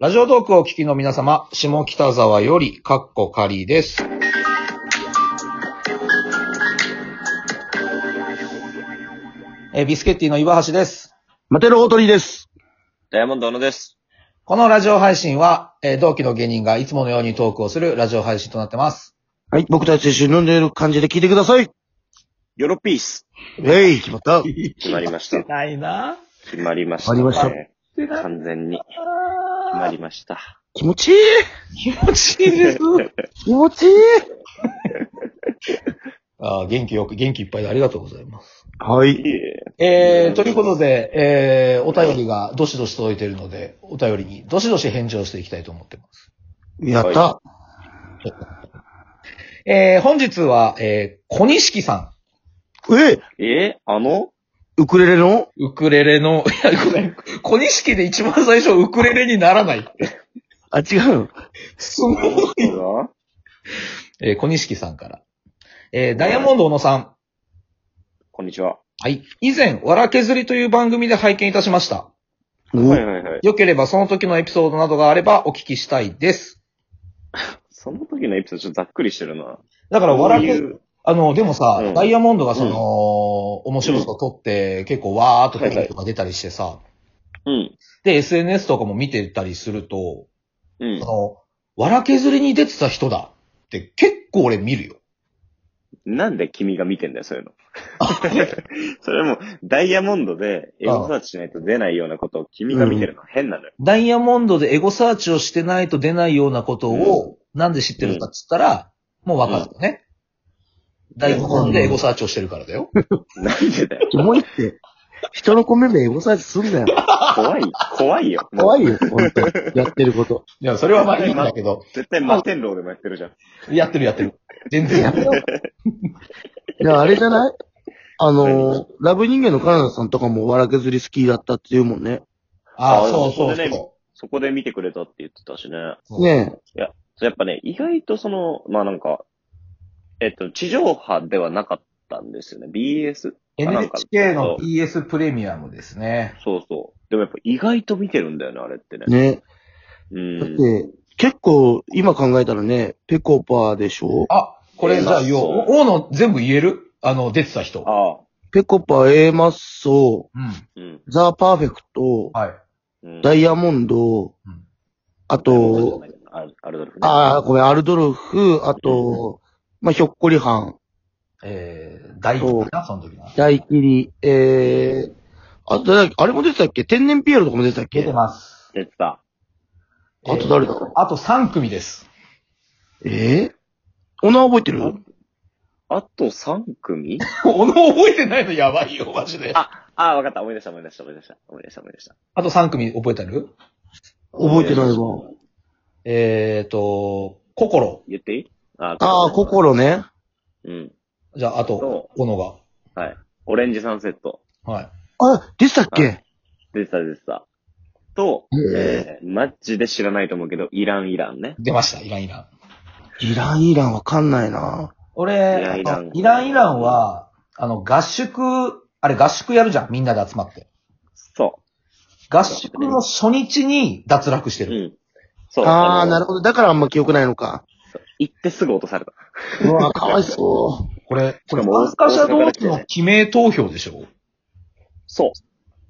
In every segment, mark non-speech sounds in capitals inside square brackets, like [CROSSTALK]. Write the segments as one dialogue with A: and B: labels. A: ラジオトークをお聞きの皆様、下北沢より、かっこかりです。えービスケッティの岩橋です。
B: マテロ大鳥です。
C: ダイヤモンド小野です。
A: このラジオ配信は、えー同期の芸人がいつものようにトークをするラジオ配信となってます。
B: はい、僕たちと一緒に飲んでいる感じで聞いてください。
C: ヨロピース。
B: えい、決まった。
C: 決まりました。
A: ないな
C: 決まりました、
B: 決まりました
C: ね。完全に。決まりました。
B: 気持ちい
A: 気
B: い
A: 持ちいいです。
B: 気持ちいい
A: [LAUGHS] あー元気よく、元気いっぱいでありがとうございます。
B: はい。
C: い
A: え
C: え
A: ー、ということで、えー、お便りがどしどし届いているので、お便りにどしどし返事をしていきたいと思ってます。
B: やった。
C: は
A: えー、本日は、えー、小錦さ
B: え
C: えあの
B: ウクレレの
A: ん。ウクレレの、 [LAUGHS] いや、ごめん。小錦で一番最初ウクレレにならない。
B: あ、違うの。
A: すごい。
C: 人
A: えー、小錦さんから。えー、ダイヤモンド小野さん。
C: こんにちは。
A: はい。以前、わら削りという番組で拝見いたしました。
B: お
C: はいはいはい。
A: よければその時のエピソードなどがあればお聞きしたいです。
C: その時のエピソードちょっとざっくりしてるな。
A: だから、わら
C: こうい
A: け、
C: う
A: あの、でもさ、
C: うん
A: ダイヤモンドがその、面白さを撮って、結構わーっとテレビとか出たりしてさ、
C: うん。
A: で、SNS とかも見てたりすると、
C: うん
A: そ。の、わら削りに出てた人だって結構俺見るよ。
C: なんで君が見てんだよ、そういうの。 [LAUGHS] それも、ダイヤモンドでエゴサーチしないと出ないようなことを君が見てるのは変なのよ。
A: ダイヤモンドでエゴサーチをしてないと出ないようなことを、なんで知ってるかっつったら、もうわかるよね。ダイヤモンドでエゴサーチをしてるからだよ。
C: なんでだよ。
B: キモいって。人の米名エゴサーチすんなよ。
C: 怖い。怖いよ。
B: 怖
C: い。
B: いよ、ほんと。やってること。
A: いや、それはまあいいんだけど、
C: 絶対摩天楼でもやってるじゃ
A: [LAUGHS]
C: ん。
A: やってるやってる。全然や
B: や
A: って
B: め
A: る。
B: ろ。いや、あれじゃないあのー、ラブ人間のカナダさんとかもわら削り好きだったって言うもんね。
A: [LAUGHS] ああ、
C: あ
A: そうそう
C: それでね
A: そ
C: そこで見てくれたって言ってたしね。
A: う。
B: ね
C: そうやっぱね、意外とその、まあなんか、えっと、地上波ではなかったんですよね。BS? なんか
A: NHK の BS プレミアムですね。
C: そうそう。でもやっぱ意外と見てるんだよね、あれってね
B: え。。ね
C: う
B: え。だっ
C: ん。
B: て、結構、今考えたらね、ペコパーでしょ
A: あ、これじゃあよ、
C: そう
A: 大野全部言えるあの、出てた人。
C: ああ。
B: ペコパー、A マッソー、
A: うん。
C: うん。
B: ザ・パーフェクト、
A: はい。
C: うん
B: ダイヤモンド
A: うん、
B: あと、、
C: あアルドルフね。
B: あーごめん、アルドルフ、あと、まあ、ひょっこりはん、
A: えー、大
B: そ
A: 輝
B: う
A: な、その時な。
B: 大キリ、えー、あと誰だっけ、あれも出てたっけ天然ピエロとかも出てたっ
A: 出
B: け
A: てます。
C: 出てた。
B: あと誰だろう
A: あと3組です。 [LAUGHS]
B: えー、お名覚えてる
C: あと3組
A: おの覚えてないのやばいよ、マジで。あ
C: あ、ああ、わかった。思い出した、思い出した、思い出した。思い出した、思い出した。
A: と3組覚えてる
B: 覚えてないわ。
A: えーと、心。
C: 言っていいあ
B: ああ、。心ね。
C: うん。
A: じゃあ、あと
C: そ、
A: 小野
C: オレンジサンセット。
A: が。はい。
B: あ、出てたっけ
C: 出てた、出てた。と、
B: え
C: えー、マッチで知らないと思うけど、イラン、イランね。
A: 出ました、イランイラン。
B: ー、イラン、イランわかんないな。
A: 俺、
C: イランイラン
A: あのイランイランは、あの、合宿、あれ合宿やるじゃん、みんなで集まって。
C: そ
A: 合宿の初日に脱落して
C: う。う
A: る。
C: ん。そう。
B: ああ、
C: の
B: なるほど。だからあんま記憶ないのか。
C: そう行ってすぐ落とされた。
B: うわ、かわ
A: [LAUGHS]
B: いそ
A: これ、これ、
C: しかも
A: 参加者同士の記名投票でしょ
C: そう。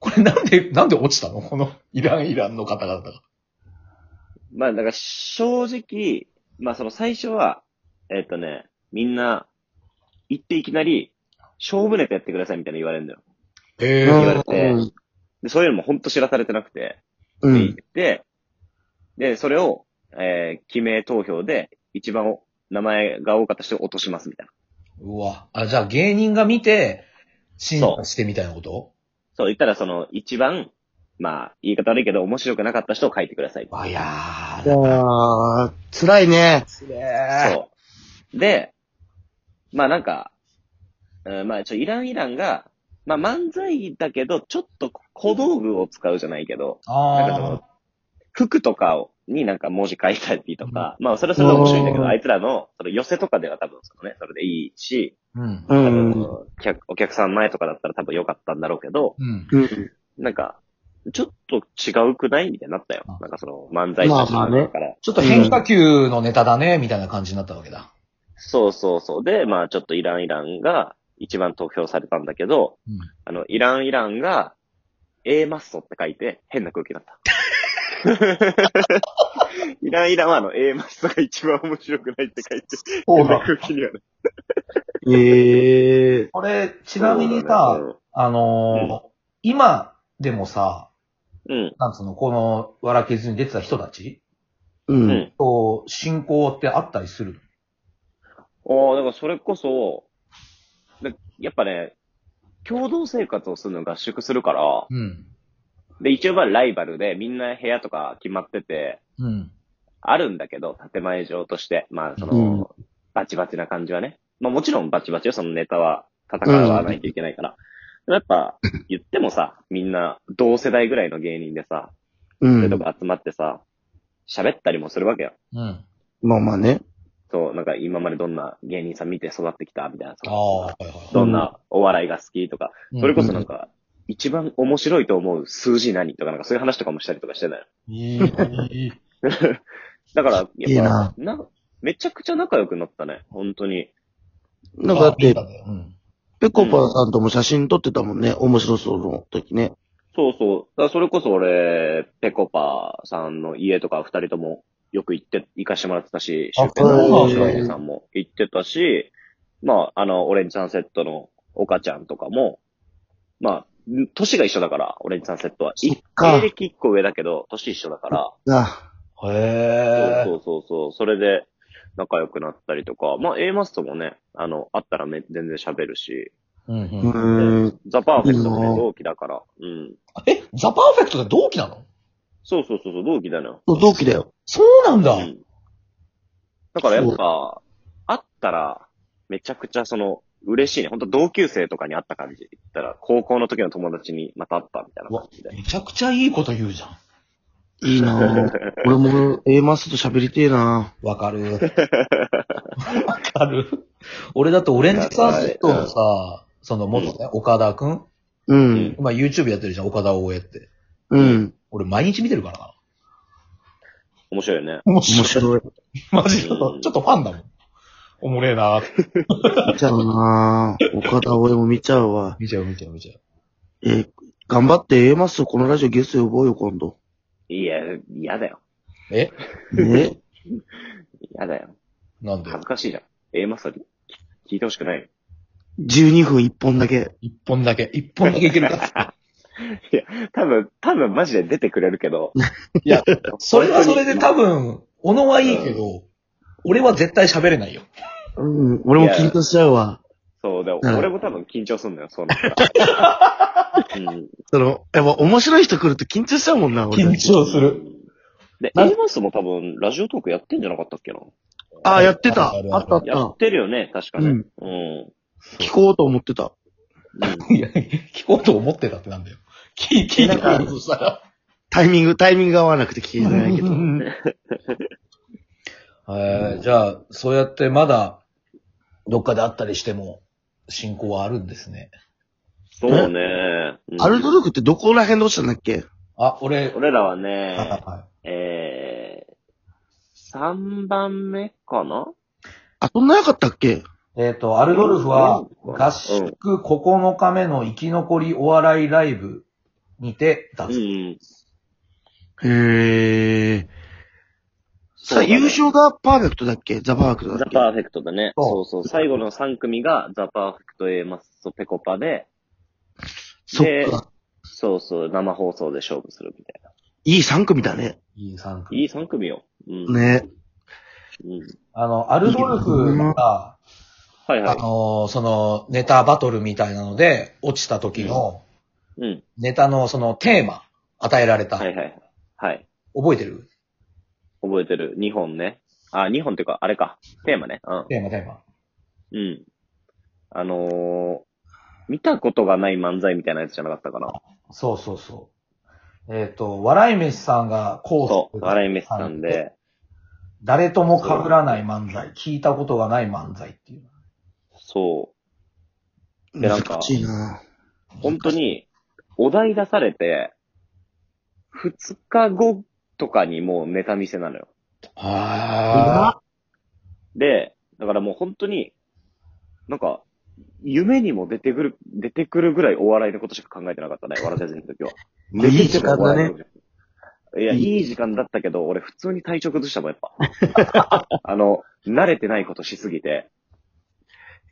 A: これなんで、なんで落ちたのこのイランイランの方々が。
C: まあ、だから正直、まあその最初は、えっ、とね、みんな、行っていきなり、勝負ネタやってくださいみたいなの言われるんだよ。
A: え
B: う。
C: 言われ
A: ー、
C: て
B: うん
C: で、そういうのも本当知らされてなくて、
B: う
C: で行っ
B: ん。
C: て、で、それを、えー、記名投票で、一番お名前が多かった人を落としますみたいな。
A: うわ。あ、じゃあ芸人が見て、審査してみたいなこと
C: そう、言ったらその、一番、まあ、言い方悪いけど、面白くなかった人を書いてください。
A: あ、いや
B: いや
A: ー。
B: ー、辛いね。
A: すげー。
C: そう。で、まあなんか、うん、まあちょ、イランイランが、まあ漫才だけど、ちょっと小道具を使うじゃないけど、なんかそ
A: あ
C: の、服とかを、になんか文字書いたりとか、まあそれはそれで面白いんだけ
B: う
C: ど、
B: ん
C: あいつらの、その寄せとかでは多分そのね、それでいいし、
A: ー。うん。
B: う
C: 多
B: ん。
C: 分、客お客さん前とかだったら多分良かったんだろうけど、
A: うん。
B: うん。
C: なんか、ちょっと違うくないみたいになったよ。なんかその漫才師
B: ま
C: た
B: あ
C: ち
B: まあ
C: の
B: ね
C: 中から。
A: ちょっと変化球のネタだね、みたいな感じになったわけだ。
C: そうそうそう。で、まあちょっとイランイランが一番投票されたんだけど、
A: うん
C: あの、イランイランが A マッソって書いて変な空気になった。
A: [LAUGHS]
C: イランイランはあの A マッソが一番面白くないって書いて変な空気にはなった。
B: ええ
A: これ、ちなみにさ、あのー今でもさ、
C: うん、
A: なんつうの、この、笑けずに出てた人たち
B: う。
C: うん。うんん。
A: と、進行ってあったりする
C: ああ、だからそれこそ、でやっぱね、共同生活をするの合宿するから、
A: うん。
C: で、一応まあライバルでみんな部屋とか決まってて、
A: うん。
C: あるんだけど、建前上として。まあ、その、
B: うん
C: バチバチな感じはね。まあもちろんバチバチよ、そのネタは戦わないといけないから。でもやっぱ、言ってもさ、みんな同世代ぐらいの芸人でさ、
B: う
C: そういうんと。こ集まってさ、喋ったりもするわけよ。
A: うん。
B: まあまあね。
C: そう、なんか今までどんな芸人さん見て育ってきたみたいな
A: あ
C: さ
A: あ、はいはい。
C: どんなお笑いが好きとか、それこそなんか、一番面白いと思う数字何とかなんかそういう話とかもしたりとかしてない
A: いい、
C: [LAUGHS]
A: いい。
C: だから、やっぱ
B: いいな
C: な、めちゃくちゃ仲良くなったね、本当に。
B: なんかだっ
A: いい
B: て、
A: だねうん。
B: ぺこぱさんとも写真撮ってたもんね。面白そうの時ね。
C: そうそう。だからそれこそ俺、ペコパさんの家とか二人ともよく行って、行かしてもらってたし、
A: あ
C: シュウペイさ
B: そ
C: ん
B: うな
C: も、
B: んだ
C: シュウペイさんも行ってたし、まあ、あの、オレンジサンセットの岡ちゃんとかも、まあ、年が一緒だから、オレンジサンセットは。
B: っか
C: 芸歴一個上だけど、年一緒だから。
B: あ、
A: へえ。
C: そうそうそうそう。それで仲良くなったりとか、まあ A マストもね、あの、あったらめ全然喋るし、
A: うん
B: う
A: うん
B: ーん。
C: ザ・パーフェクトも
B: いいな
C: ね、同期だから。うん。
A: え、ザ・パーフェクトで同期なの
C: そうそうそうそう、同期だな。
B: 同期だよ。
A: そうなんだ。
C: うん。だからやっぱ、会ったら、めちゃくちゃその、嬉しいね。本当同級生とかに会った感じ。言ったら、高校の時の友達にまた会ったみたいな感じで。
A: めちゃくちゃいいこと言うじゃん。
B: いいなぁ。俺も A マスと喋りてえな
A: わか [LAUGHS] る。わかる。俺だってオレンジサーセットのさ、その元ね、岡田くん
B: ぁ。うん。
A: 今 YouTube やってるじゃん、岡田大江って。
B: うん。
A: 俺毎日見てるからな。
C: 面白いよね。
A: 面
B: 面白い。
A: [LAUGHS] マジで。ちょっとファンだもん。おもれえなって
B: 見ちゃうなぁ。岡田俺も見ちゃうわ。
A: 見ちゃう見ちゃう見ちゃう。
B: えー頑張って A マスとこのラジオゲスト呼ぼうよ、今度。
C: いや、嫌だよ。
A: え
B: ね
C: 嫌だよ。
A: なんで
C: 恥ずかしいじゃん。A マストに聞いてほしくないよ。
B: 12分1本だけ。
A: 一本だけ。一本だけいける [LAUGHS] か。
C: 多分、多分マジで出てくれるけど。
A: [LAUGHS] いや、それはそれで多分、小野はいいけど、俺は絶対喋れないよ。
B: うん。俺も緊張しちゃうわ。
C: そうだ、
B: ん
C: 俺も多分緊張すんのよ、
A: [LAUGHS]
C: そうなったら。うん
B: その、やっぱ面白い人来ると緊張しちゃうもんな、俺。
A: 緊張する。
C: で、
A: な
C: A マスも多分、ラジオトークやってんじゃなかったっけな
B: ああ、やってた。
A: ある
B: あ
A: あ
B: っ
A: る
B: た
A: あ
B: あっ
A: る
C: や
B: た
C: っ。てるよね、確かね。
B: う
C: うんん。
B: 聞こうと思ってた。
A: [LAUGHS] いや、聞こうと思ってたってなんだよ。 [LAUGHS] 聞い聞いてくれるとしたら。 [LAUGHS]
B: タイミング、タイミングが合わなくて聞いてないけど。
A: えーじゃあ、そうやってまだ、どっかであったりしても、進行はあるんですね。
C: そう
B: [LAUGHS]
C: ね。うん
B: アルトルクってどこら辺で落ちたんだっけ
A: あ、俺、
C: 俺らは
A: はい
C: ね、
A: は
C: えー、3番目かな
B: あ、そんななかったっけ
A: いえっ、と、アルドルフは、合宿9日目の生き残りお笑いライブにて、脱
C: う。ん。
B: へえ。さ、
C: そうだね
B: 優勝がパーフェクトだっけザ・パーフェクトだ
C: ザ・
B: っけ
C: パーフェクトだね。
A: そ
C: そうそう。最後の3組がザ・パーフェクト A マスとペコパで、
B: そ
C: で
B: っか。
C: そうそう、生放送で勝負するみたいな。
B: いい3組だね。
A: いい3組。
C: いい3組よ。うん。
B: ね。
C: うん。
A: あの、アルドルフが、
C: はい
A: あ
C: はい。
A: のーその、ネタバトルみたいなので、落ちた時の、
C: うん。
A: ネタのそのテーマ、与えられた。
C: はいはい。はい。
A: 覚えてる
C: 覚えてる。2本ね。あ、2本っていうか、あれか。テーマね。うん。
A: テーマ、テーマ。
C: うん。あのー、見たことがない漫才みたいなやつじゃなかったかな。
A: そうそうそう。えっ、と、笑い飯さんがコース
C: そう。笑い飯さん。で。
A: 誰とも被らない漫才、聞いたことがない漫才っていう。
C: そでなんか
B: 難しいな
C: う。本当に、お題出されて、二日後とかにもうネタ見せなのよ。
A: あ
C: で、だからもう本当に、なんか、夢にも出てくる、出てくるぐらいお笑いのことしか考えてなかったね、笑っちゃ全の時は。
B: いい時間だね。
C: いや、
B: い
C: い
B: い
C: い時間だったけど、俺普通に体調崩したもん、やっぱ。 [LAUGHS] あの、慣れてないことしすぎて、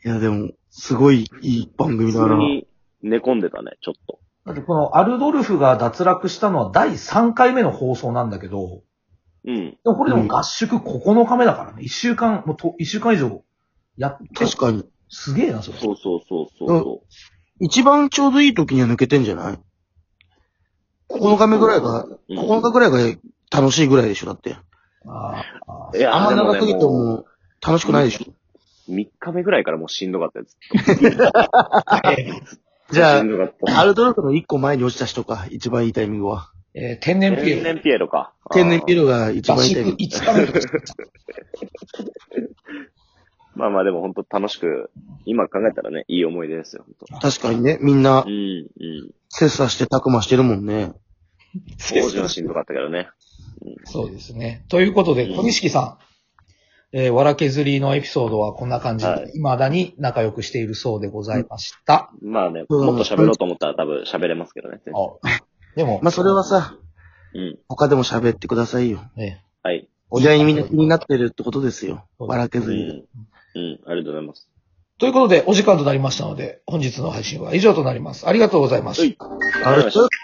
B: いや、でも、すごいいい番
C: 普
B: 組だ
C: 通
B: な。
C: に寝込んでたね、ちょっと。
A: あ。だってこのアルドルフが脱落したのは第3回目の放送なんだけど、
C: うん。
A: でもこれでも合宿9日目だからね。1週間、もうと、1週間以上やって、
B: 確かに。
A: すげえな、それ。
C: そうそうそうそ
B: 一番ちょうどいい時には抜けてんじゃない ?9 日目ぐらいが、
C: うん
B: 9日ぐらいが楽しいぐらいでしょ、だって。
A: ああ
C: う。いや
B: あんま長すぎて。
C: でもねも
B: も楽しくないでしょ。
C: う3日目ぐらいからもうしんどかったやつ。
B: じゃ
C: しんどかった。
B: あ、アルドルフの1個前に落ちた人か、一番いいタイミングは。
A: えー天然ピエ
C: 天
A: ロ。
C: 然ピエロか。
B: 天然ピエ
C: ロ。
B: ロが一
A: 合
B: 番いいタイ
A: 宿
B: ミン
A: 5日
B: グ。
C: [LAUGHS]
A: 目とか
C: まあまあでも本当楽しく、今考えたらね、いい思い出ですよ、本
B: 確かにね、みんな
C: 当。うん、うん。
B: 切磋してたくましてるもんね。
C: 当時はしんどかったけどね。
A: そうですね。ということで、小錦さん、えー、わら削りのエピソードはこんな感じで、
C: はい
A: 未だに仲良くしているそうでございました。
C: まあね、
B: うん
C: もっと喋ろうと思ったら多分喋れますけどね。
A: あでも、
B: まあ、それはさ、
C: うん。
B: 他でも喋ってくださいよ。
A: ね、
C: はい。
B: お題にみんな気になってるってことですよ。笑け
C: うん。
B: ずに。
C: うん。ありがとうございます。
A: ということで、お時間となりましたので、本日の配信は以上となります。ありがとうございました。
C: はいありがとうございました